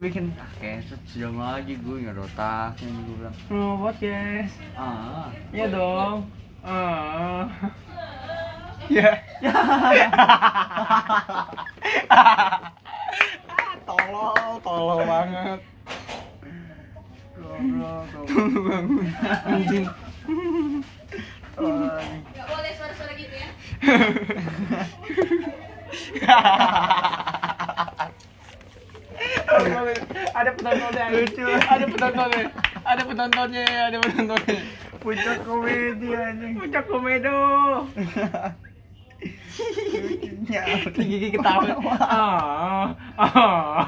bikin ah keset sejam lagi gue nggak ada otaknya nih gue bilang Oh, podcast. ah Iya dong. Ah. Ya. Ah, tolol, tolol banget. goblok goblok Tolol banget. Anjing. Ay. Gak boleh suara-suara gitu ya. ada penontonnya Lucu. ada penontonnya ada penontonnya ada penontonnya puncak komedi anjing puncak komedo lucunya gigi ketawa ah ah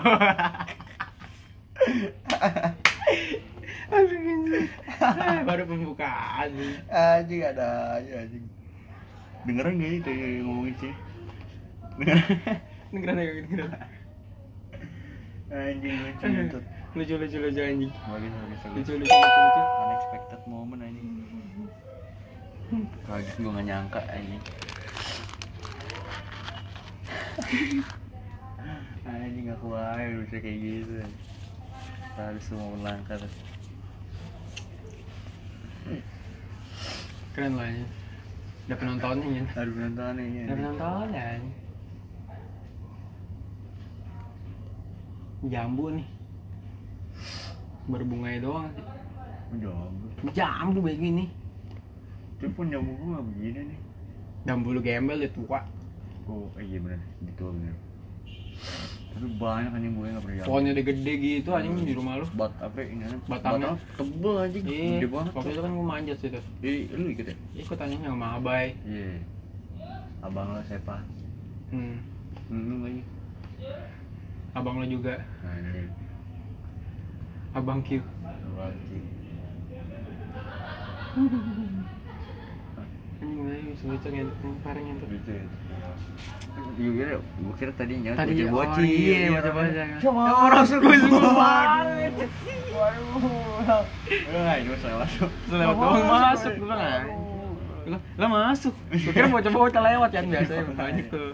Aduh, anjing. Ah, baru pembukaan anjing ada aja anjing dengeran gak itu yang ngomongin sih dengeran dengeran ya dengeran anjing lucu Iya, itu lucu lucu lucu anjing bagus bagus bagus lucu lucu lucu lucu unexpected moment anjing kaget gue gak nyangka anjing anjing aku aja bisa kayak gitu harus semua melangkah keren lah anjing udah penontonnya ya harus nonton ini udah penontonnya anjing. jambu nih berbunganya doang jambu jambu kayak gini itu pun jambu gue gak begini nih jambu lu gembel udah tua oh eh, iya bener gitu bener tapi banyak anjing gue gak pernah jambu. pohonnya udah gede gitu anjing di rumah lu bat apa ya, ini anjing, Batangnya. batang tebel anjing Iya, gede banget waktu itu kan gue manjat situ Ih, lu ikut ya ikut tanya sama abai iya abang lo siapa hmm. Hmm, lagi. abang lo juga Anjing. abang Q Anjing. anjing gue bisa baca ngedit nih parah ngedit Gitu ya. Gue kira, gue kira tadi nyaut Tadi, bocil oh, bocil. iya, Iya, bocil bocil. bocil. Cuma Ya, orang orang sungguh sungguh- sungguh sungguh banget. banget. Waduh. Enggak, itu selewat. Selewat doang, masuk doang, anjing. Lah, lah masuk. Gue kira bocah-bocah lewat kan biasanya banyak tuh.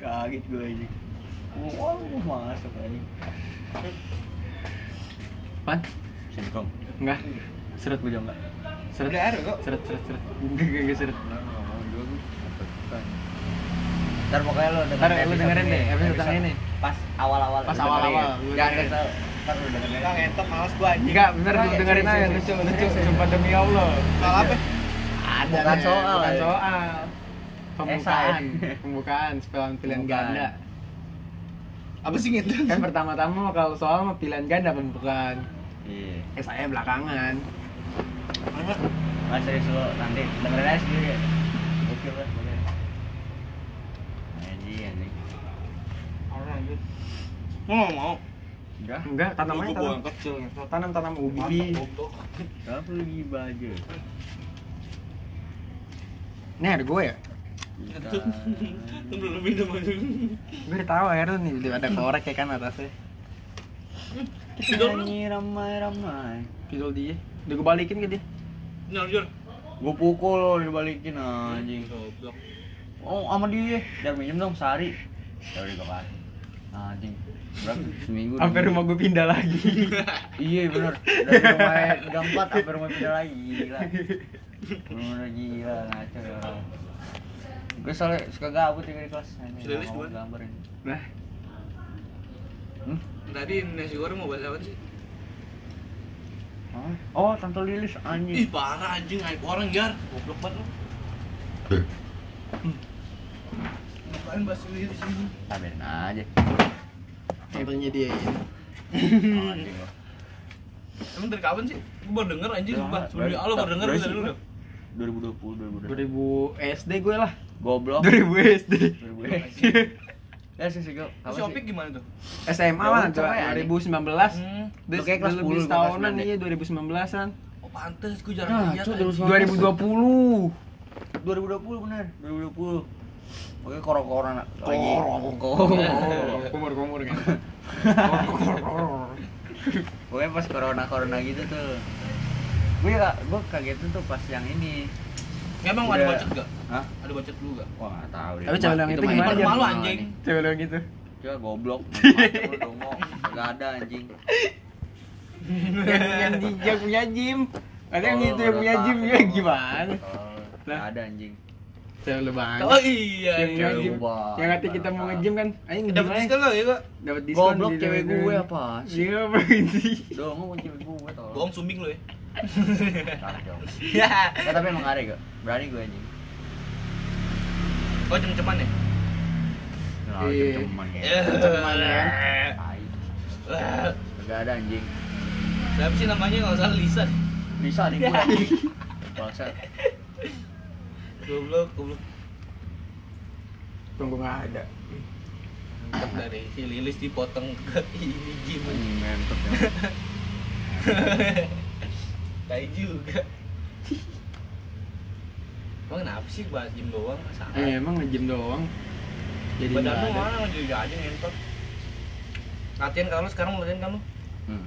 Kaget gue aja. Wow, masuk aja. Pan? Singkong. Enggak. Seret Gue juga enggak. Seret. Udah ada kok. Seret, seret, seret. Enggak, enggak, enggak seret. Enggak enggak mau juga gue. Ketakutan. Ntar pokoknya lo Ntar lu dengerin deh, episode episode yang ini. Pas awal-awal Pas lu dengerin. awal-awal, lu Jangan dengerin. ya. kesel Ntar lu dengerin Enggak ngentot, malas gua anjing. Enggak, bener Enggak, lu ya, dengerin serius, aja serius, lucu, serius, lucu. serius. Sumpah demi Allah. Soal apa? Ada Bukan soal, eh. bukan soal. Pembukaan, Esai. pembukaan, sepelan pilihan Pembukaan. ganda. Apa sih gitu? ngentot? Kan pertama-tama kalau soal mah pilihan ganda pembukaan. Iya. Eh saya belakangan. Apa? Mas serius lo nanti dengerin aja sendiri. Oke lah, boleh. Anjing, anjing. Orang lanjut. Gua nggak mau. Udah, Enggak, tanam aja Gua tanam. buang kecil ngentot. Tanam tanam ubi. Mantap, goblok. gak perlu gibah aja. Ini ada gue ya? Ngentot. Ngentot belum minum aja. Gue udah tahu akhirnya nih udah ada korek ya kan atasnya. Tidur lu. Nyanyi ramai-ramai. Pidol dia. Udah gue balikin ke dia. Nyar, Jor. Gue pukul lo dibalikin anjing. Goblok. Oh, sama dia. Jangan minjem dong sehari. Ya udah gak apa-apa. Nah, Anjing. Berapa? Seminggu. Sampai demi- rumah gue pindah lagi. Iya bener. Dari rumah gang 4 sampai rumah pindah lagi. Gila. Bener gila ngaco ya orang. Gue soalnya suka gabut ya di kelas. Ini Sudah list ngomong duluan. gambar ini. Nah, Hmm? Tadi nasi goreng mau bahas apa sih? Hah? Oh, Tante Lilis Ih, anjing. parah anjing aib orang, Jar. Goblok banget lu. Ngapain bahas ini di sini? Sabarin aja. Iya. contohnya dia ya. Anjing lo. Emang dari kapan sih? Gua baru denger anjing, Ya, sumpah. Sebelum dari- di Allah baru denger dari gua dari lu. situ. dah. 2020, 2020. 2000 SD gue lah. Oh. Goblok. 2000 SD. 2000. Ya sih sih gue. Si Opik gimana tuh? SMA Ya, lah, lu cewek, anjing. 2019. Hmm. Udah Lu kayak kelas ya. 10, lebih gua kelas setahunan 9 deh. iya 2019-an. Oh, pantes gua jarang Nah, lihat. cok, anjing. 2020. 2020 bener. 2020. Oke, korok-koran lagi. Oh, kumur-kumur kan. Pokoknya pas corona corona gitu tuh. Gue ya, gue kaget tuh pas yang ini. Emang ada Udah. bacot gak? Hah? Ada bacot lu gak? Wah, nggak tahu deh. Tapi cewek Ma- yang itu mah gimana? itu Malu, malu anjing. anjing. Coba lo gitu. Coba goblok. Macam lu dongo. Gak ada anjing. yang, yang, di- yang punya gym ada yang Tolol, itu yang punya bodoh gym ya takut. gimana Tolol. Lah. Gak ada anjing. terlalu banyak Oh iya. yang iya. punya gym Coba. yang nanti kita mau nge-gym kan ayo nge-gym Dapat aja diskon lo ya, Kak? dapat diskon Goblok di- cewek di- gue apa sih? iya apa ini Dong, mau cewek gue tolong. Bohong sumbing lo ya. Kacau. Ya. Ya, tapi emang ada gak? Berani gue anjing. Oh, cem-ceman ya? Nah, Iya. cuman Ya. ya. Cem-ceman ya. Tai. Wah, Gak ada anjing. Siapa sih namanya kalau salah Lisa? Bisa nih gue. Iya. Bangsa. Goblok, goblok. tunggu nggak ada Tetep dari si Lilis dipotong ke ini gimana? Mentok ya. Tai juga. Emang kenapa sih bahas gym doang? Salah. eh, emang nge-gym doang jadi Badan nggak lu ada mana nggak jadi aja ngentot. Latihan kalau sekarang mau latihan kamu? Hmm.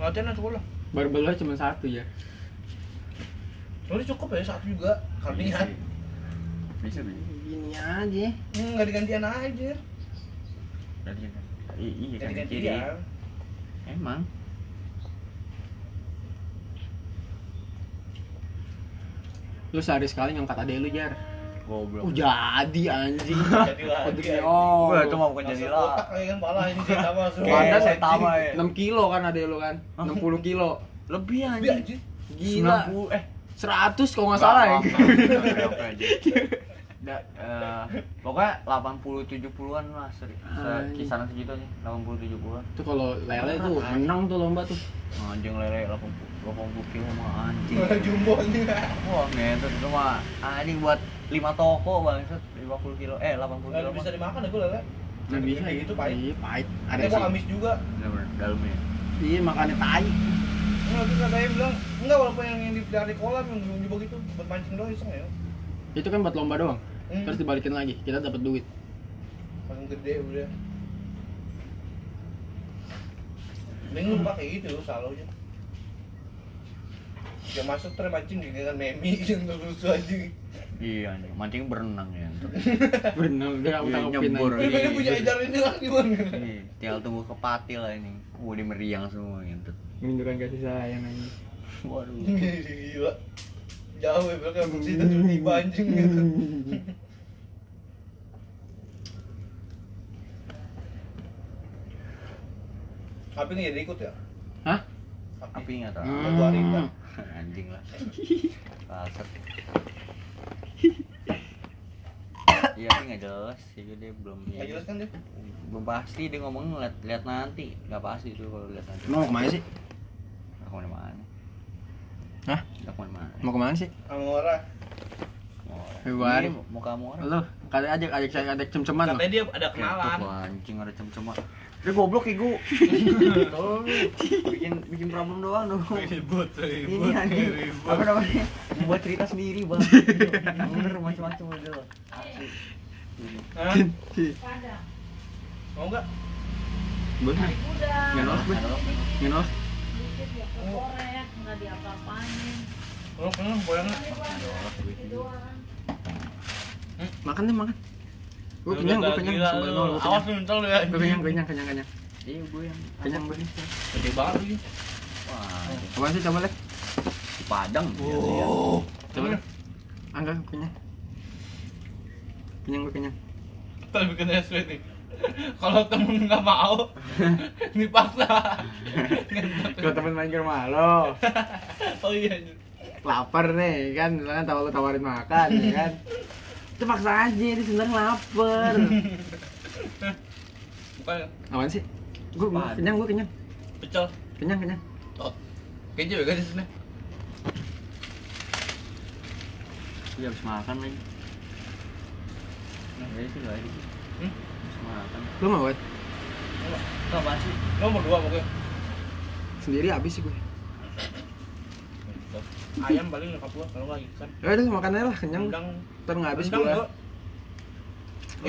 Latihan aja lah. barbel lu cuma satu ya Udah cukup ya satu juga. Iya Kardingan. Bisa bisa. gini aja Hmm, nggak digantian aja. Ganti kan. I- Iya kan Jadi di kiri. gantian. Emang. lu sehari sekali ngangkat adek lu jar Goblok. oh jadi anjing Jadi lah. Kodoknya, dia. oh Gue itu mah bukan jadi Masuk lah. otak lagi kan pala ini sih sama semua. Kayak Pantas, saya tama ya. 6 kilo kan adek lu kan 60 kilo Lebih Biar anjing. aja. gila 90 eh 100 kalau nggak salah ya Oke aja. Da- eh, pokoknya 80 70-an lah seri. Se- Anjing. kisaran segitu nih, 80 70-an. itu kalau lele tuh menang tuh lomba tuh Anjing lele 80 80 kilo mah anjing. Malah jumbo anjing. Wah, ngentot itu mah anjing buat 5 toko bangsat 50 kilo eh 80 Nggak kilo bisa mah. dimakan ya gue lele. nggak bisa Kayak ya gitu pahit. Iya, pahit ada Ada gua sih amis juga. Bener-bener dalamnya. iya makannya tai Enggak bisa saya bilang, enggak walaupun yang yang di- dari kolam yang jumbo gitu buat mancing doang iseng ya. itu kan buat lomba doang Hmm. terus dibalikin lagi kita dapat duit Paling gede udah. Mending lu pakai itu selalu aja. Ya masuk terus mancing gini kan memi yang terus aja. Iya anjing, mancing berenang ya. berenang dia Iya, utangin nyebur. Ini aja pengen punya ajaran ini lagi gimana? Nih, tinggal tunggu ke pati lah ini. Wah, di meriang semua gitu. minduran kasih sayang aja Waduh. Gila. Jauh ya belakang abis itu tiba anjing gitu. Hmm. Tapi nggak jadi ikut ya? hah Api enggak tahu. Hmm. Gua Arifan. Anjing lah. Bangsat. Iya, tapi nggak jelas sih dia belum. Nggak jelas kan dia? Belum pasti dia ngomong lihat lihat nanti. Nggak pasti tuh kalau lihat nanti. mau kemana sih Nggak kemana-mana. hah Nggak kemana-mana. mau kemana sih Sama orang. Mau orang. Februari. Ini Muka kamu orang. lo katanya ajak ajak saya ajak cem-ceman lo Katanya dia ada kenalan. Kenalan. Anjing ada cem-ceman. Dia goblok igu. Tolong lu. bikin bikin problem doang dong. Ribut, Ini Iya, ribut, anjing. ribut. Apa namanya? Membuat cerita sendiri, Bang. Bener macam-macam aja loh. Asli. Hah? Padang. Mau nggak? boleh Udah. Ya, nggak nolak gue nggak nolak Dikit nggak kekorek, nggak diapa-apain. Lu kenal boleh nggak? Itu doang. makan deh makan gue Lu kenyang gue udah kenyang gila Sumpah, lu. nol, gua Awas lu ntar lu ya. kenyang. Gua kenyang kenyang kenyang kenyang Iya, gue yang kenyang gue Gede banget lu. Wah, anjing. coba sih coba deh di Padang dia tuh ya. Oh. coba deh ah enggak gua kenyang kenyang gue kenyang Ntar bikin SW nih. Kalau temen nggak mau, dipaksa. kalau temen main ke rumah lo oh iya. anjir. lapar nih kan misalkan tahu lo tawarin makan ya kan itu paksa aja dia sebenarnya lapar Bukan apaan sih gue Apaan? kenyang gue kenyang pecel. kenyang kenyang Oh. Kayaknya juga di sini. Dia habis makan lagi. Nah, dia sih lagi. Hmm? Habis makan. lo mau buat Itu apaan sih? Nomor dua pokoknya. sendiri habis sih gue Ayam paling nyokap gua kalau nggak ikan. ya udah makan aja lah kenyang Rendang. ntar nggak habis Rendang gue gua. udah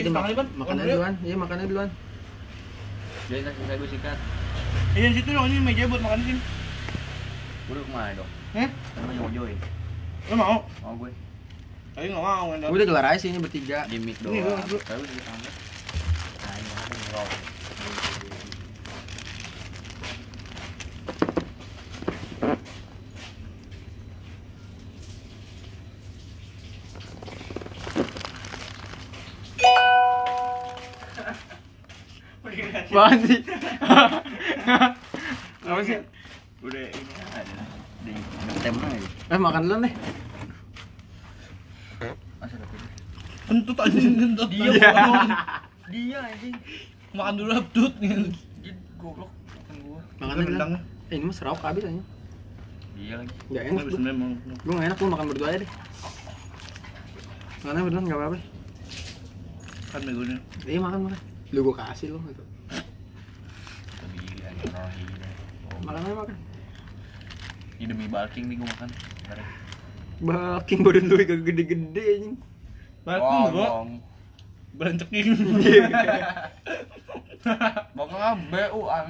Ini mak tangan, Iban. makan aja Makan duluan iya makan aja duluan Jadi ntar sisa gue sikat. Iya situ dong ini meja buat makan di sini. Gue udah kemana dong? Hah? Sama Jojo ya? Lu mau? Mau gue. Tapi nggak mau kan. gue udah gelar aja sih ini bertiga Di mic doang. Nah, Ini, gua- gua- Tapi di kamar. Ayo, ayo, ayo. Apaan sih? Apa sih? Udah ini ada. Di ya? tem aja. Eh makan dulu deh. Masa ada pilih? Kentut anjing kentut. Dia bangun. Dia anjing. Makan dulu abdut nih. Dia goblok kan gua. Makan Udah dulu. bendang. Eh, ini mah serau habis aja. Dia Iya lagi. Enggak enak. Habis Lu memang. Lu nggak enak lu makan berdua aja deh. Makannya berdua enggak apa-apa. Kan begonya. Iya makan makan. Lu gua kasih lu gitu. Tapi ada orang ini deh. Makan aja makan. Ini demi bulking nih gua makan. Bentar ya. Baking badan lu kayak gede-gede anjing. Balkon gua Bohong. berancekin. Bakal BU an.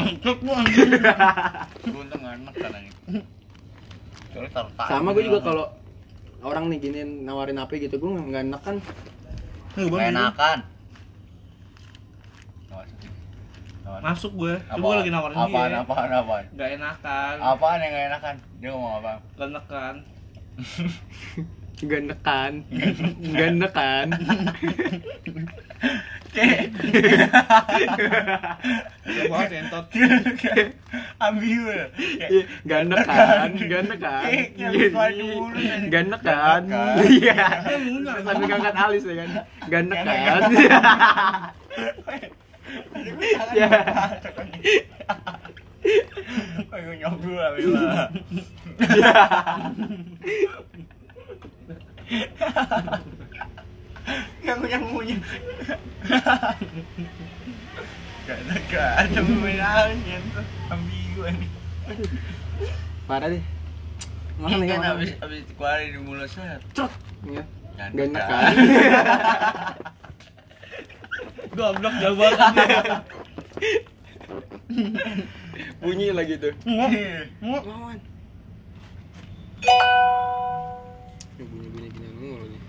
Cek lu anjing. Gua untung gak enak kan anjing. Soalnya taruh tangan Sama gua juga doang. kalau orang nih giniin nawarin apa gitu gua nggak enak kan Nih, gua ambil dulu. enakan Nawarin. Nawarin. Masuk gue. Coba Apaan? gua lagi nawarin apaan, dia. apaan apaan Gak enakan. apaan yang gak enakan dia ngomong apa Gak enakan. Gak nekan Gak nekan Gak banget entot. ambil Iya, Gak nekan Gak nekan Kayaknya Gini. keluar dulu nih. Gak nekan Gak nekan. Iya Sambil ngangkat alis ya kan Gak nekan Ya. Ayo nyobu lah Ya. Bella. Yang ngunyah ngunyah. Karena gak ada pemenangnya tuh ambigu ini. Parah deh Makan Ini nih kan makan. abis abis dikeluarin di mulut saya. Cok Iya. Gak Gak enak. nekan Goblok jauh banget. anjing. Bunyi lagi tuh Iya. Muak. Lawan Bunyi-bunyi mulu nih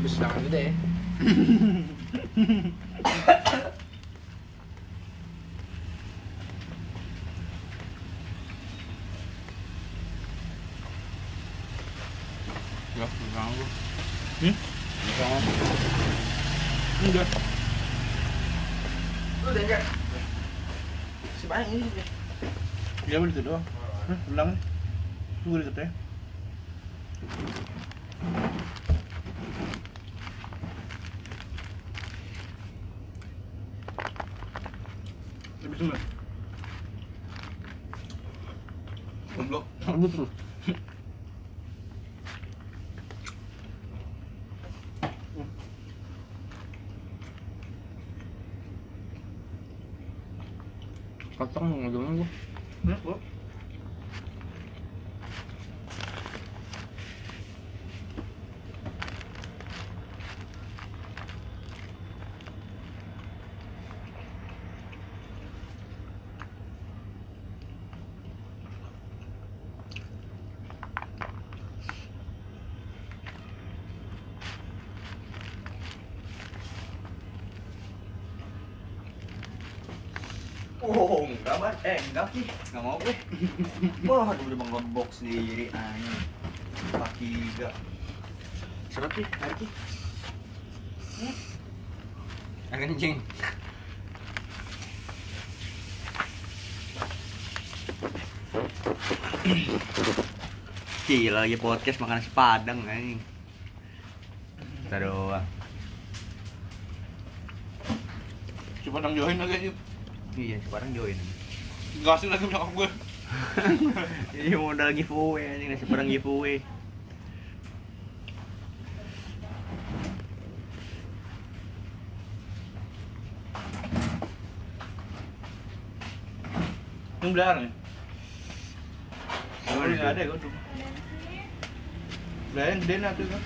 Terus tangan dulu deh Gak ganggu. Hmm? Enggak. Si Bang ini Dia beli itu doang. Hah, Ulang. Tunggu deket ya. Lebih dulu. Goblok. Kocok mau ngomong gua Enak, Bro. Oh, enggak banget. Eh, enggak sih. Enggak mau gue. Wah, aduh udah bangun box sendiri anjing. Kaki tiga. Seret nih, tarik nih. Hmm? Agak kencing. Gila lagi podcast makan nasi padang anjing. Kita doang. Coba nang jauhin lagi anjing. Iya, sekarang join. Gak asik lagi belakang gue. Ini modal giveaway anjing nasi padang giveaway. Yang belar nih. Gue nggak ada gue tuh. Belar yang gede nih tuh. kan.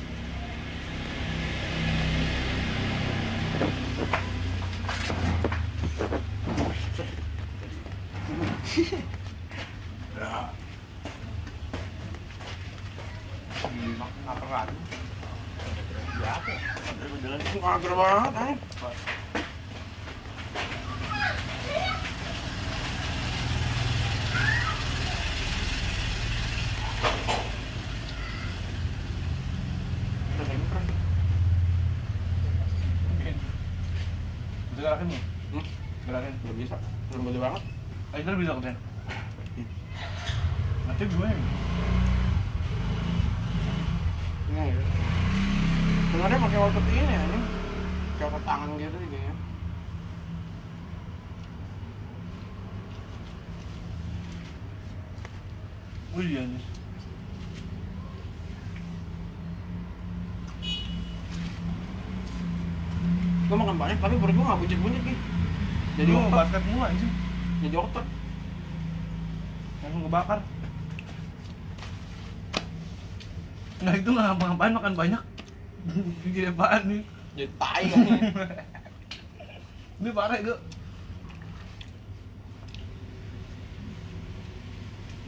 Mager banget, anjing. digalakin nih Hmm? gerakin Nggak bisa. Belum boleh banget. ayo kita bisa katanya nanti gue Ini ya. Sebenarnya pakai wallet ini ya, ini. Copot tangan gitu ini ya. wih dia nih Gua makan banyak tapi perut gua nggak buncit-buncit nih. jadi Jadi mau otot, basket mulu anjing jadi otot. langsung kebakar nah itu nggak ngapa-ngapain makan banyak jadi apaan nih Jadi tai kan ini. ini parah gue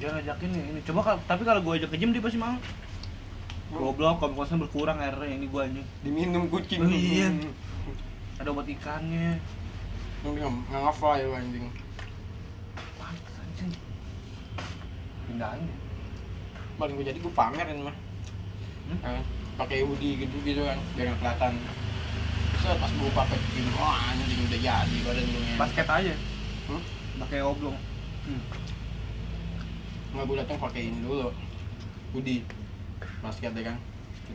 dia ngajakin nih ini coba kal- tapi kalau gue ajak ke gym dia pasti mau goblok komposnya berkurang akhirnya ini gue anjing Diminum kucing. Hmm. Oh, iya. ada obat ikannya Lu nggak nggak ngafal ya lu anjing. pantes anjing pindahin deh. Paling gua jadi gua pamerin mah. Hmm? Eh, pakai hoodie gitu gitu kan biar nggak kelihatan. Terus pas gua pakai gini, oh anjing udah jadi badan lu nya. basket aja Hmm? pakai oblong nggak gue datang pakai ini dulu hoodie basket ya kan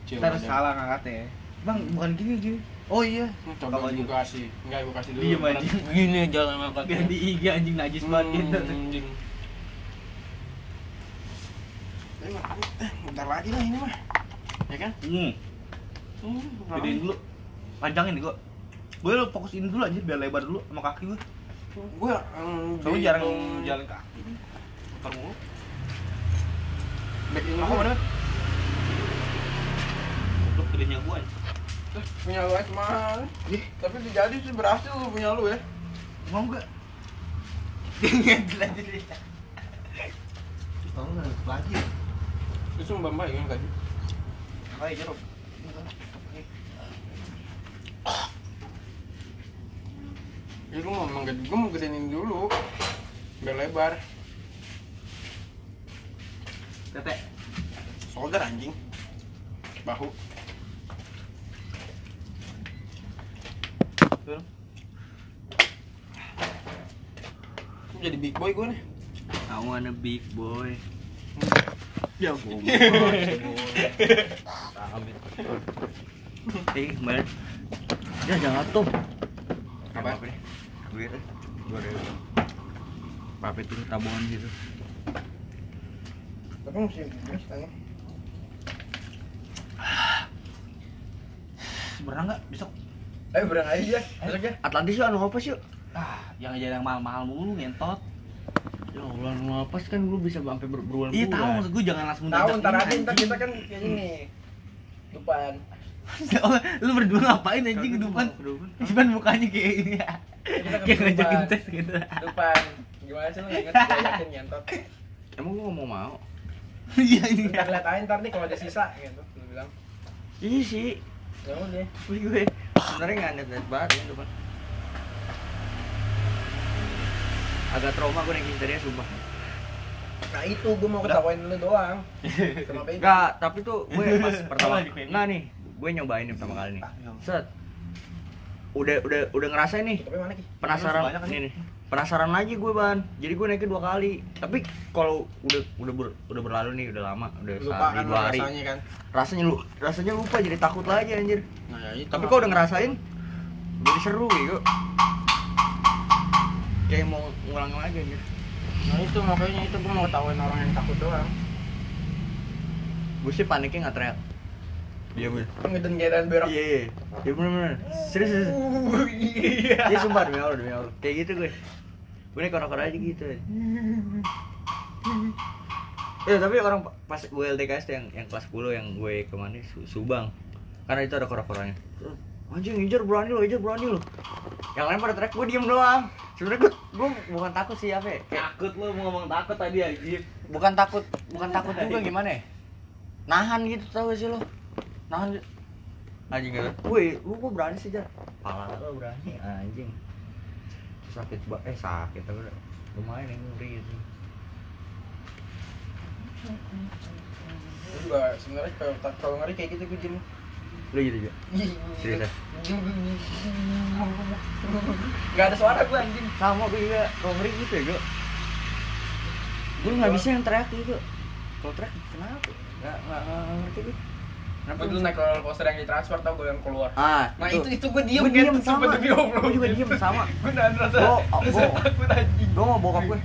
kecil ntar badan. salah ngangkatnya Iya, bang bukan gini gini oh iya Hmm, coba Kalau gue juga. kasih enggak gue kasih dulu Diem Berat. aja. gini aja sama Hmm, Dia di IG anjing najis banget gitu Hmm. anjing Eh, makan. Eh, bentar lagi lah ini mah ya kan hmm. hmm, bentar gedein lagi. dulu panjangin gue gue lu fokusin dulu aja biar lebar dulu sama kaki gue gue em, soalnya di- jarang em, jalan kaki putar mulu back in Apa dulu. bener? lu gedenya gue aja Eh, punya lu aja mahal tapi dijadi sih berhasil lu punya lu ya mau gak? ngedel aja deh tau gak lagi ya? itu mbak mbak yang tadi Ayo jeruk Ya gue mau menggede, gue mau gedein dulu biar lebar. Tete Solder anjing. Bahu. Turun. Gua Jadi big boy gue nih. I wanna big boy. Ya Eh, kemarin. Ya jangan tuh. Apa? Duit. Dua ribu. Apa itu tabungan gitu? Tapi mesti terus tanya. Seberang gak besok? Ayo berang aja, besok ya. Atlantis yuk, anu apa sih? Ah, jangan jadi yang mahal-mahal mulu ngentot Ya Allah, anu apa sih kan lu bisa sampai ber- berbulan-bulan. Iya tahu maksud gue jangan langsung Tahu diajak ntar ini, aja ntar anjing. kita kan kayak ini depan. Ya lu berdua ngapain anjing kedupan? Cuman mukanya kayak ini. ya. Kayak ngajakin tes gitu. Depan. Gimana sih lu nggak ngerti gua yakin ya, nyentot. Emang gua ngomong mau? Iya ini. Ntar lihat aja ntar nih kalau ada sisa gitu lu bilang. Iya sih. Ya udah. Tapi gue sebenarnya nggak niat banget ini depan. Agak trauma gue naik tadi ya sumpah. Nah itu gua mau ketawain lu doang. Kenapa itu? Enggak, tapi tuh gue pas pertama Lagi pengen. Enggak nih, gue nyobain nih pertama kali nih. Ah, iya. Set. Udah udah udah ngerasain nih Tapi mana ki? penasaran Banyak kan? nih, nih. Penasaran lagi gue, Ban. Jadi gue naikin dua kali. Tapi kalau udah udah ber- udah berlalu nih, udah lama, udah sehari Lupakan dua hari. rasanya kan. Rasanya lu rasanya lupa jadi takut lagi anjir. Nah, ya itu. Tapi kau udah ngerasain jadi seru gitu. Kayak mau ngulang lagi anjir. Nah, itu makanya itu gue mau ketawain orang yang takut doang. Gue sih paniknya nggak teriak. Dia gue. Ngeden-ngeden Kan berak. Iya, iya. Iya bener-bener. Serius, serius. Iya sumpah demi Allah, demi Allah. Kayak gitu gue. Gue nih kono-kono aja gitu. Ya tapi orang pa- pas gue LDKS tuh yang yang kelas 10 yang gue kemana Su- Subang. Karena itu ada korak-koraknya. Anjing ngejar berani lo, ngejar berani lo. Yang lain pada track gue diem doang. Sebenarnya gue, gue bukan takut sih apa ya. Kayak, Takut lu mau ngomong takut tadi anjir bukan takut, bukan takut juga gimana ya? Nahan gitu tau gak sih lo? Nahan gitu. Anjing gitu. Wih, lu kok berani sih, Jar? Pala lo berani anjing. Sakit banget eh sakit tapi lumayan yang ngeri gitu. Gua juga sebenarnya kalau tak- kalau ngeri kayak gitu gua jim. Lu gitu juga. ya? Seriusan? Gak ada suara gue anjing. Sama gue juga, kalau ngeri gitu ya gue. Gue nggak bisa yang teriak gitu. Kalau teriak kenapa? Nggak nggak nggak ngerti gue. Kenapa Gue dulu naik roller coaster yang di transfer tau gue yang keluar. Ah, Nah itu itu gue diem Gue kan, diem sama. sumpah demi Allah. Gue juga diem sama. Gue nahan rasa Gua- rasa gua- takut anjing. Gue mau bokap gue.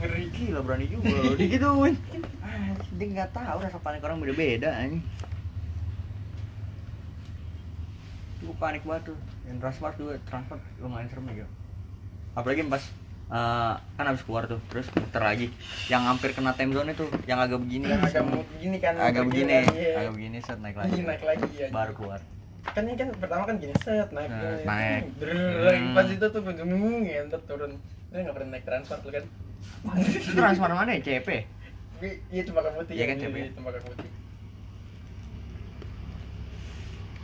Ngeri. Gila berani juga lo digituin. Ah, dia nggak tahu rasa panik orang beda-beda anjing. Gue panik banget tuh. Yang transport juga transport lumayan serem ya. Gil. Apalagi pas eh, kan habis keluar tuh, terus muter lagi. Yang hampir kena time zone itu, yang agak begini. Yang agak mau begini kan. agak pergi begini, lagi, ya. agak begini set naik lagi. Iya, naik lagi, ya. Baru keluar. Kan ini kan pertama kan gini set naik. Nah, gini, naik. drrrr, lagi pas Hmm. itu tuh gue gemung ngentot turun. Gue gak pernah naik transfer lu kan. Itu transport mana ya? CP? Gue iya cempaka putih. Iya kan, Cep, ya? Iya cempaka putih.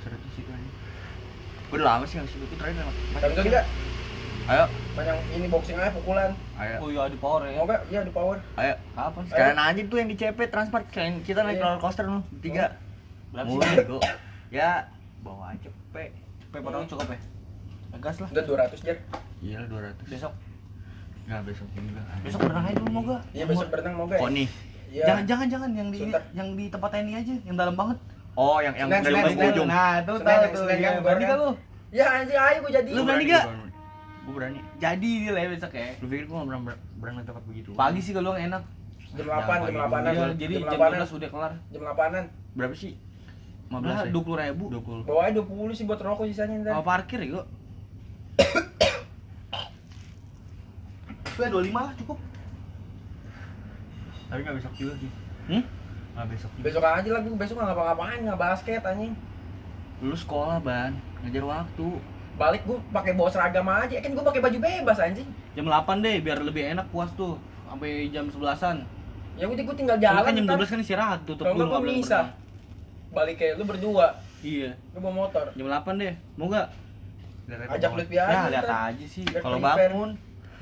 Seru tuh situ anjing. Gue udah lama sih nggak situ, gue terakhir lewat. Tapi itu juga Ayo, banyak ini boxing aja pukulan. ayo, Oh iya di power ya. Mau gak? Iya di power. ayo. Kapan? Sekalian aja tuh yang di CP transport sekalian kita naik Iya. roller coaster lu tiga. Berapa sih? Mulai gua. Ya bawa aja pe. Pe padahal cukup ya. Gas lah. Udah 200 jar. Iya 200. Besok Nah, besok juga. besok berenang aja dulu mau gak? Iya besok berenang mau gak? ya? Oh nih. Iya. Jangan jangan jangan yang di Sunter. yang di tempat ini aja, yang dalam banget. Oh yang yang Senin, Senin, dari ujung ke ujung. Nah, tuh Senin, tahu yang tuh. Senin ya. yang keluar Berani kan? gak lu? Ya anjing ayo gue jadi. Lu berani gak? Gue berani. Jadi dia lah ya besok ya. Lu pikir gua nggak pernah ber- berani tempat begitu? Pagi sih kalau yang enak. Jam 8, jam Jangan 8 Iya, jadi jam jam 8 12 udah kelar. jam 8-an. Berapa sih? 15 Berapa? ya? Dua puluh ribu. 20. Bawa aja 20 sih buat rokok sisanya Oh, ntar. Sama parkir ya gua. Udah 25 lah cukup. Tapi nggak besok juga sih. Hmm? Nggak besok juga. Besok aja lah gue besok nggak ngapa-ngapain nggak basket anjing. Lu sekolah ban, ngejar waktu. Balik gue pakai bawa seragam aja. Kan gue pakai baju bebas anjing. Jam 8 deh biar lebih enak puas tuh. Sampai jam 11-an. Ya udah gue tinggal Soalnya jalan. kan jam ntar. 12 kan istirahat tutup Kalau dulu nggak nggak gue boleh bisa. berenang. Balik kayak lu berdua. Iya. Lu bawa motor. Jam 8 deh. Mau enggak? Lihat aja Ajak pokoknya. Lutfi aja. Ya lihat ntar. aja sih. Biar Kalau prepare. bangun.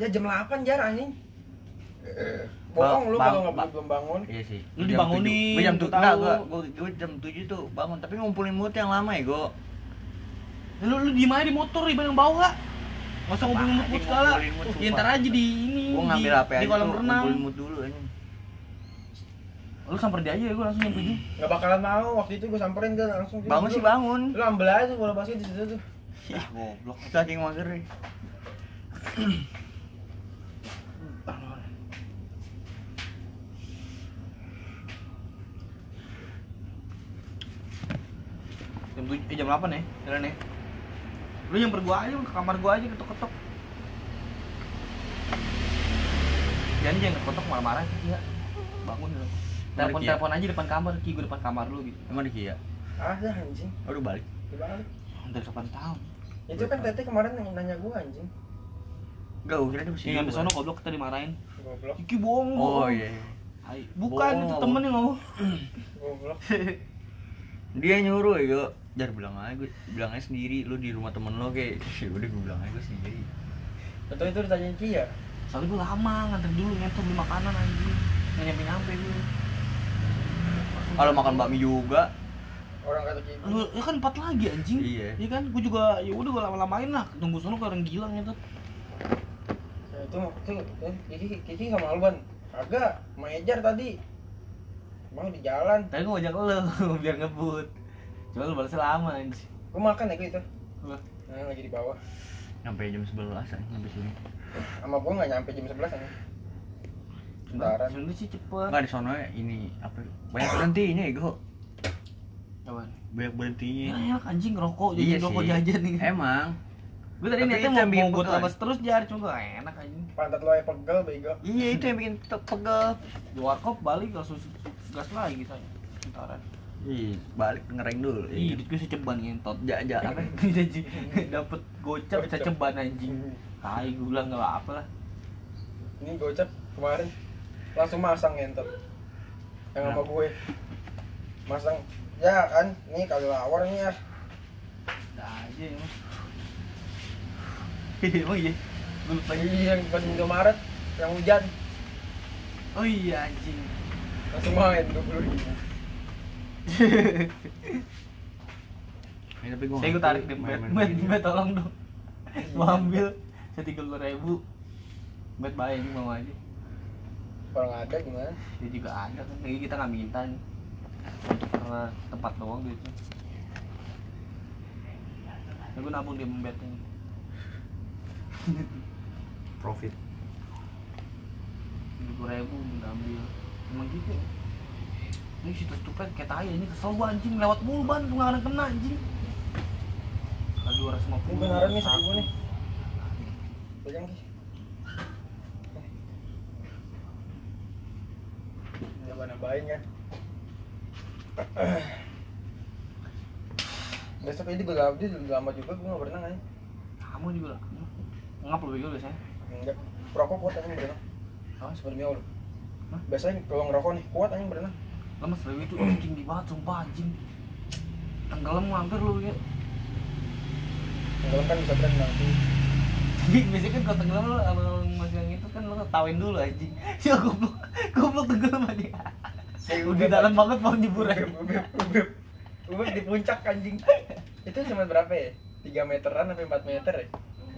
Ya jam 8 jar anjing. Eh, Bohong lu Bang- kalau nggak bang- belum bangun. Iya sih. Lu dibangunin, Gue jam lu tujuh. Enggak, tahu. gue gue jam tujuh tuh bangun. Tapi ngumpulin mood yang lama ya gue. Lu lu di mana di motor di yang bawah? Enggak usah ngumpulin Apaan mut sih segala. ngumpulin mood, Ya sumpah. ntar aja di ini. Gue ngambil di- HP aja. Di kolam tuh, renang. Ngumpulin mood dulu ini. Lu samper dia aja ya gua langsung jam 7. Nggak bakalan mau. Waktu itu gue samperin gue langsung. Bangun Lu- sih bangun. Lu ambil aja tuh bola basket di situ tuh. Ih, goblok. Saking mager nih. Jam 7 eh jam 8 ya. Jalan ya. Lu yang per gua aja ke kamar gua aja ketok-ketok. Jangan jangan ketok marah-marah ya. Bangun ya. lu. Telepon-telepon aja depan kamar, Ki gua depan kamar lu gitu. Emang di Kia? Ah, dah anjing. Oh, Udah balik. Gimana? Udah 8 tahun. Itu kan Tete kemarin nanya- nanya gue anjing. Enggak, gue kira dia Yang masih. di ngambil luar. sono Iya, goblok kita dimarahin. Goblok, Iki bohong. Oh bohong. iya. iya. Hai. Bukan Bohong, itu bohong. temennya ngomong. goblok. Dia nyuruh ya gue. Jar bilang aja gue, bilangnya sendiri. Lu di rumah temen lo kayak. Ya udah gue bilang aja gue sendiri. Atau itu ditanyain Kia. Soalnya gue lama nganter dulu nyentuh beli makanan anjing. Nggak nyampe nyampe gue. Kalau makan bakmi juga. Orang kata Kia. Lu ya kan empat lagi anjing. Iya. Iya kan? Gue juga ya udah gue lama-lamain lah. Tunggu sono kayak orang gila gitu. Ya, itu itu eh, Kiki Kiki sama Alban. Agak Maejar tadi. Emang di jalan. Tapi gue ngajak lo biar ngebut. Cuma lu balasnya lama anjing. Gue makan ya gue itu. Apa? Nah, lagi di bawah. Sampai jam 11 an sampai sini. Sama gue nggak nyampe jam 11 anjing. Sentaran. Sebenernya sih cepet. Enggak di sono ini apa? Banyak berhentinya ya gue. Coba. Banyak Ya berhentinya. enak anjing ngerokok, jajan ngerokok jajan nih. Iya. Emang. Gue tadi Tapi niatnya itu mau yang bikin mau gue pegel. terus terus jar, cuma gak enak anjing. Pantat lo ya pegel bego. Iya itu yang bikin te- pegel. Di warkop balik langsung gas lagi saya. Sentaran. Ih, balik ngereng dulu. Ih, Iya. duit gue seceban ngentot. Iya. Ja ja apa? Jadi dapat gocap seceban anjing. Tai gue bilang enggak apa-apa lah. Ini gocap kemarin langsung masang ngentot. Yang sama gue. Masang ya kan nih kalau lawar nih ya Dah aja emang. Emang iya. Gue lupa. lagi yang pas Indomaret yang hujan Oh iya anjing. langsung main 20 ribu Ya, tapi gua Saya gue nggak tarik deh, tahu main- bet, main Iya. bet, begini. bet tolong dong. Mau ambil saya tiga puluh ribu. Bet bayar ini mau aja. Kalau nggak ada gimana? Dia juga ada kan, jadi kita nggak minta nih. Karena tempat doang duitnya. Ya gue nabung di betnya. Profit. Tiga puluh ribu gue ambil. Emang gitu. ya? Ini situs tupet kayak tai ini kesel gua anjing lewat mulu ban tuh nggak ada kena anjing. Kali dua ratus lima Ini puluh. beneran nih seribu nih. Pegang Ki. Coba nambahin ya. Besok ini gue lama, dia udah lama juga gue nggak berenang aja. Kamu juga lah. Ngap lebih gue biasanya. Enggak, rokok kuat aja berenang. Awas. Sebenarnya Allah. Hah? Biasanya kalau ngerokok nih kuat aja berenang. lemes lu itu anjing tinggi banget sumpah anjing tenggelam lu hampir lu ya Kalau kan bisa berenang tuh. tapi biasanya kan kalau tenggelam lu kalau masih yang itu kan lu ketawain dulu anjing ya goblok goblok tenggelam aja udah dalam banget mau nyebur aja Ubep, ubep, ubep. Ubep di puncak anjing. Itu cuma berapa ya? 3 meteran sampai 4 meter ya?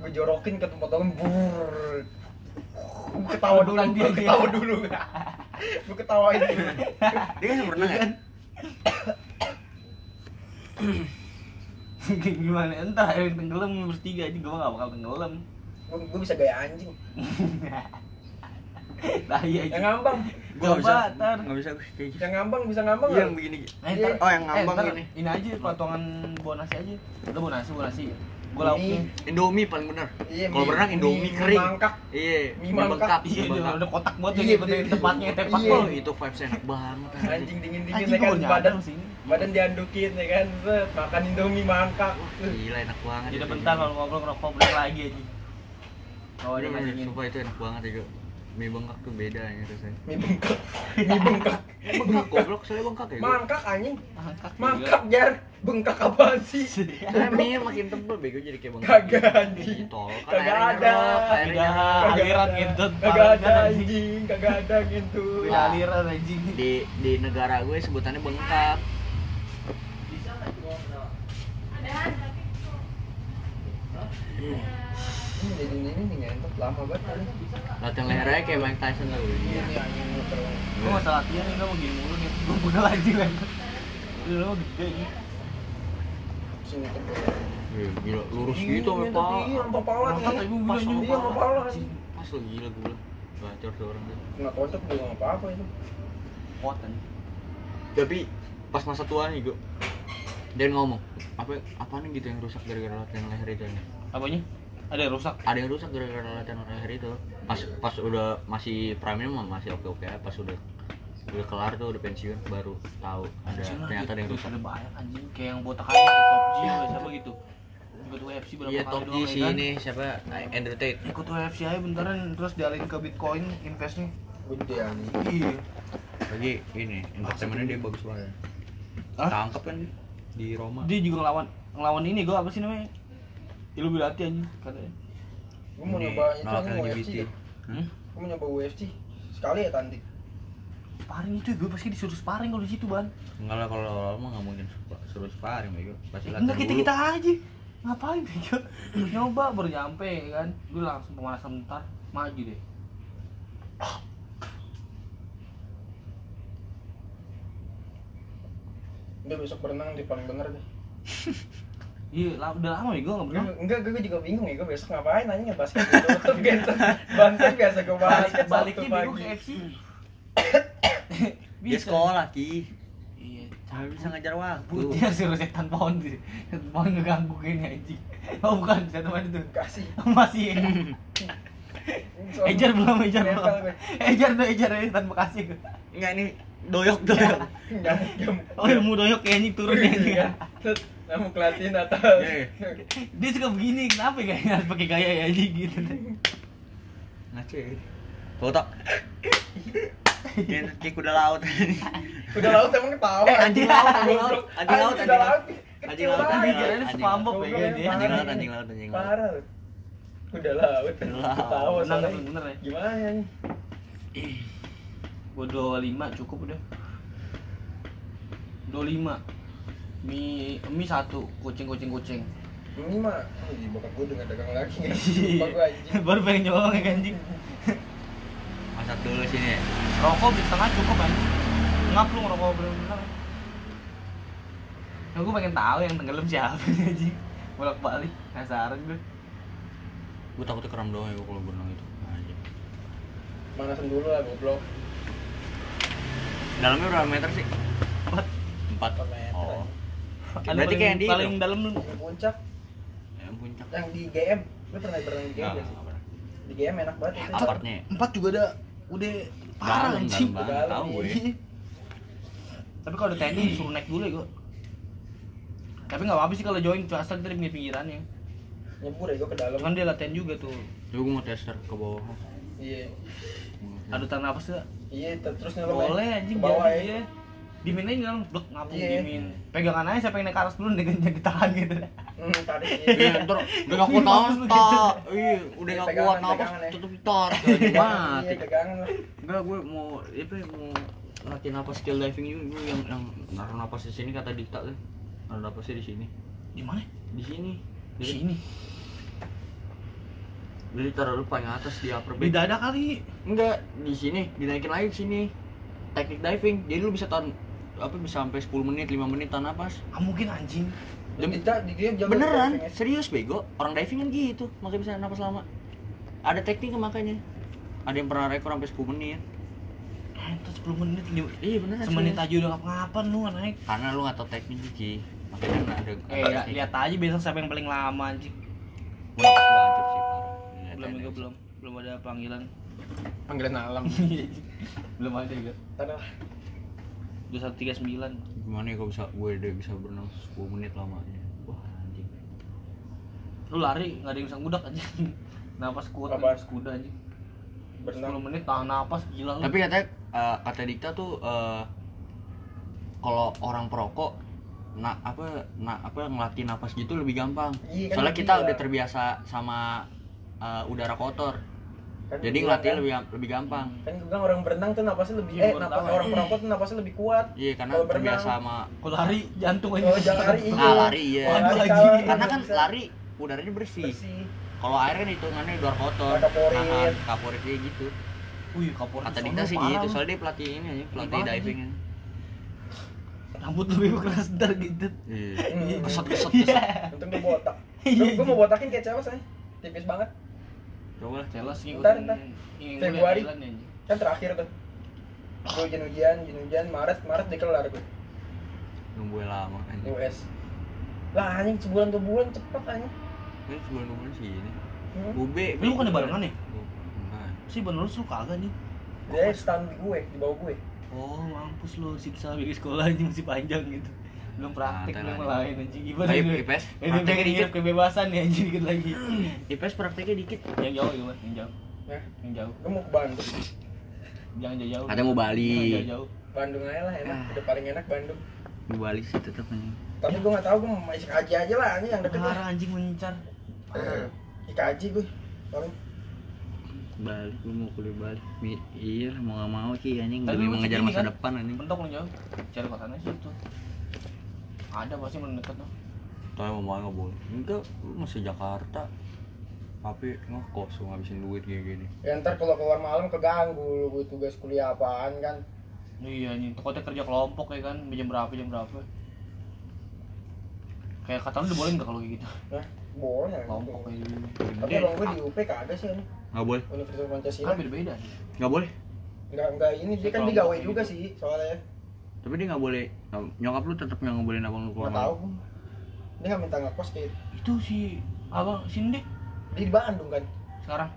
Gue jorokin ke tempat orang bur. Gue ketawa dulu, Bukan dia, gue dia. ketawa dulu. Gue ketawain dulu. Dia kan pernah ya? gimana entah yang tenggelam lu bertiga anjing gua gak bakal tenggelam Gue gue bisa gaya anjing. tai Nah, iya, anjing Yang ngambang, Gua nggak bisa. Jabatan. Nggak bisa gue stage. yang ngambang bisa ngambang Iya, nggak? yang begini. Eh, ntar- Oh, yang ngambang ntar ini. ini aja potongan bonasi aja lu bonasi bonasi gua lauknya Indomie paling bener. Iya, Kalau mie- berenang Indomie mie kering. mangkak. Iya, Mie mie mangkak. bengkak. iya mie dia bengkak. udah kotak buat Iya, yang ngikutin iya. tempatnya gitu. tepat Iya. Oh, itu vibes enak banget. Anjing dingin-dingin Anjing, ya kan gua nyadar badan sini. badan diandukin ya kan. Set, Makan Indomie mangkak. Gila enak banget. Iya, Jadi itu. bentar kalau ngobrol ngerokok balik lagi aja. Kalau Bener, ada bener, masih sumpah itu enak banget itu. Mie bengkak tuh beda ya rasanya. Mie bengkak. Mie bengkak. Bengkak goblok, soalnya bengkak ya. gua. Mangkak anjing. Mangkak. Mangkak jar. Bengkak apaan sih? Soalnya mie makin tebel bego jadi kayak bengkak. Kagak anjing. Ih, Tol, kan Kagak airnya ada. nyerap, airnya Kagak. nyerap. Ah, Kagak aliran ada. kentut Kagak banget, ada anjing. kan, anjing, kagak ada gitu. Beda aliran anjing. Di di negara gue sebutannya bengkak. Ada tapi Ini jadi ini nih ngentot lama banget kali. Latihan lehernya kayak Mike Tyson lah gue. Iya, Ini nih anjing muter. Gua nggak usah latihan nih, gua mau gini mulu nih. Gua pegel anjing lah. Lu lu gede nih. Sini muter. Iya, Gila, lurus gitu sama Iya, pala. Iya, sama pala. Mangkak anjing. ibu bilang Pas juga. Iya, sama pala anjing. Pas lo gila gue bilang. Bacor tuh orang tuh. Nggak kocok juga nggak apa-apa itu. Kuat kan. tapi pas masa tua nih gue dia ngomong apa apa nih gitu yang rusak gara-gara latihan leher itu nih? Apanya? Ada yang rusak. ada yang rusak gara-gara latihan leher itu pas pas udah masih prime mah masih oke oke pas udah udah kelar tuh udah pensiun baru tahu ada Anjing lah, ternyata ada yang duit rusak Ada banyak anjing kayak yang botakannya di top G siapa gitu. Ikut UFC berapa iya kali top doang G ya si kan? ini siapa Nah, Andrew Tate Ikut UFC aja bentaran terus dialihin ke Bitcoin investnya. Gede anjing. Iya. lagi ini entertainmentnya dia bagus banget Hah? tangkap kan di Roma Dia juga ngelawan ngelawan ini gua apa sih namanya? Illuminati anjing katanya. Gue mau Ini, nyoba itu nolak anjing UFC. LGBT. Hmm? Gue mau nyoba UFC. Sekali ya tanding. Sparring itu gue pasti disuruh sparring kalau di situ, Ban. enggak lah kalau Roma nggak mungkin suruh- suruh sparring bego pasti latihan Enggak dulu. kita-kita aja. Ngapain bego? Nyoba baru nyampe ya kan. Gue langsung pemanasan bentar, maju deh. Udah besok berenang di paling bener deh. Iya, la- udah lama ya gue enggak pernah. Gua- Enggak, gue juga bingung ya, gue besok ngapain nanya ngebahas gitu Tetep gitu Bantai biasa gue bahas Balik, baliknya bego ke FC. dia sekolah ki Iya, Gak bisa ngejar cabut waktu. dia suruh setan pohon sih. Setan pohon ngeganggu gini anjing. Oh bukan, setan pohon itu. Kasih Masih. ya. Ejar belum, ejar Nempel belum. gue. Ejar tuh, ejar ini tanpa kasih. Enggak ini doyok doyok. Nyamuk nyamuk Oh ilmu doyok ya anjing turun ya anjing. Iya. Set, Nyamuk latin atas Iya. Dia suka begini, kenapa ya kayaknya harus pakai gaya ya anjing gitu. Ngaco ya. Kotak. Ini kayak kuda laut. Udah laut emang ketawa Eh, anjing laut, anjing goblok. laut, anjing laut, Udah anjing laut. laut Anjing Anjing laut, laut Tadi anjing laut. kira-kira spambok ya Goblok, dia. Anjing laut, anjing laut, anjing laut. Parah lu. Udah laut Udah laut. Ketawa Oh, Bener, soalnya bener ya. Gimana ya Gua 25 cukup udah. 25. mie mie satu kucing kucing kucing ini mah ini bokap gue dengan dagang lagi nggak sih gue anjing baru pengen nyoba kayak anjing masak dulu sini rokok beli setengah cukup kan ngap lu ngerokok belum bener nah, gue pengen tahu yang tenggelam siapa nih, anjing bolak balik penasaran gue gue takutnya kram doang ya gua kalau berenang itu anjing manasin dulu lah goblok dalamnya berapa meter sih Empat. empat Empat meter, oh anjing. Berarti kayak yang di itu. paling dalam lu Di puncak yang puncak yang di GM lu pernah berenang di GM Ya nggak sih Nggak, nggak pernah. Nah. di GM enak banget itu apartnya ya? empat juga ada udah parah Dalam, anjing dalam banget, tahu ya. gue. Iya. tapi kalau ada TNI disuruh naik dulu ya gue tapi nggak apa-apa sih kalau join tuh asal kita di pinggirannya nyebur ya gue ke dalam ya. cuman dia latihan juga tuh Jadi gue mau tester ke bawah iya ada tanah apa sih iya ter- terus nyelem ya. boleh anjing Ke bawah jadi ya. dia dimin aja nyelam blok ngapung Iya. dimin pegangan aja siapa yang naik ke atas dulu dengan jadi tahan gitu hmm, tadi Iya, iya ntar udah gak kuat Mampus napas, lu tak. Iya, udah gak Pegangan, kuat napas, pegangan ya. tutup tar. Iya, Mati. pegangan lah Enggak, gue mau apa ya, mau latih napas skill diving juga gue yang yang naruh napas di sini kata Dita tuh. Naruh napasnya di sini. di mana Di sini. di Jadi, sini jadi taruh lu paling atas di upper di back. dada kali Enggak, di sini, dinaikin lagi di sini. Teknik diving. Jadi lu bisa tahan apa bisa sampai 10 menit, 5 menit tahan napas. ah mungkin anjing Demi- Dita, di dia jago Beneran, diving, ya. serius bego. Orang diving kan gitu, makanya bisa napas lama. Ada tekniknya makanya. Ada yang pernah rekor sampai 10 menit. Eh, itu 10 menit li- Iya beneran. semenit serius. aja udah ngapa-ngapain lu nggak naik Karena lu nggak tahu tekniknya Ji. Makanya nggak ada. eh ya, lihat aja besok siapa yang paling lama anjing Gua napas gua hancur sih parah. Lihat belum aja. juga belum belum ada panggilan panggilan alam belum ada juga tanah dua satu tiga sembilan Gimana ya kalau bisa gue udah bisa berenang 10 menit lamanya. Wah anjing. lu lari nggak ada yang bisa ngudak aja napas kuat Apa? napas kuda aja berenang 10 menit tahan napas gila lu Tapi katanya eh, kata Dikta tuh eh, kalau orang perokok na apa na apa ngelatih napas gitu lebih gampang. Iya, kan Soalnya lebih kita lah. udah terbiasa sama eh, udara kotor. Kan Jadi gua ngelatih bilang lebih lebih gampang. kan, kan gue bilang orang berenang tuh napasnya lebih Iya, eh gua napas tahu. orang perokok tuh napasnya lebih kuat Iya karena Kalau berenang. terbiasa sama kalau lari jantung aja Oh, jangan lari, iya. Ah, lari, iya. Kalau Waduh, lari anjing. kalah, karena kan bisa. lari udaranya bersih. bersih Kalau air kan hitungannya luar kotor. Ada kaporit. Nahan, kaporit dia gitu. iya. Wih, kapolres Kata sono Dita sih parah gitu, lu. soalnya dia pelatih ini aja, pelatih Apaan diving. Rambut lebih keras ntar gitu. Iya. Hmm. Kesot kesot Iya. kesot. untung gue botak Iya. gue mau botakin kayak cewek saya tipis banget Coba lah. Jelas ngikutin. Ntar, ntar. ngikutin Februari. Thailand ya, anjing. kan terakhir tuh gue ujian ujian ujian ujian maret maret dia kelar gue Nunggu lama kan. US lah anjing sebulan dua bulan cepet anjing Kan sebulan dua bulan sih ini. Hmm. Bube. Lu bukan di barengan ya? Bukan. Si bener lu kagak nih. dia stand di gue di bawah gue Oh, mampus lu siksa bikin sekolah anjing masih panjang gitu. Belum praktik Santai belum lah, lain anjing gimana Ayo, gue? IPS, Ini prakteknya pengen dikit. hidup kebebasan ya anjing dikit lagi. Iya. IPS prakteknya dikit. Yang jauh gimana? Yang jauh. ya Yang jauh. gue mau ke Bandung Jangan jauh-jauh. Katanya mau Bali. Jangan jauh-jauh. Bandung aja lah enak udah paling enak Bandung Gue balik sih tetep nih. tapi gue nggak tahu gue mau masih kaji aja lah anjing yang deket lah Parah anjing mencar. Eh, kaji gue paling Balik, gue mau kuliah balik. Mi- Iya, mau gak mau sih anjing Tapi demi lu mengejar segini masa kan? depan anjing. Mentok lu jauh. Cari kotanya situ. Ada pasti mendekat tuh. Tapi mau main nggak boleh. Enggak, lu masih Jakarta. Tapi ngekos, lu ngabisin duit kayak gini. ya ntar kalau keluar malam keganggu lu gue tugas kuliah apaan kan Iya anjing, takutnya kerja kelompok ya kan, jam berapa jam berapa. Kayak kata lu udah boleh nggak kalau kayak gitu? nah boleh Kelompok kayak gitu. tapi emang gue di UP kagak sih ini Nggak boleh, Universitas Kan Pancasila beda-beda. nggak boleh. nggak nggak ini dia kan Kelompok di gawe gitu. juga sih soalnya ya. Tapi dia nggak boleh. Nggak- Nyokap lu tetap nggak ngebolehin abang lu keluar. nggak tahu gua. dia nggak minta ngekos kayak Itu si abang sini deh dia di Bandung kan sekarang.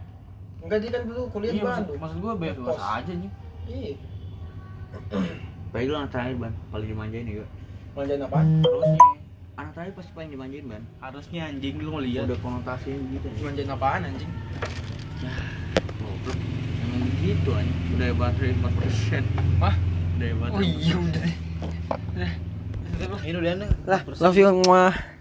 enggak dia kan dulu kuliah di Iya maksud, Bandung maksud gue bebas Kos. aja anjing. iya Baik lu anak terakhir ban, paling dimanjain ya. Gak? manjain apa Harusnya Anak terakhir pasti paling dimanjain ban. harusnya anjing lu ngeliat. Udah konotasinya gitu. Ya. manjain apaan anjing Goblok. Emang begitu anjing. Udah baterai 4%. Mah? Udah baterai. oh iya udah Ini udah enak. love you semua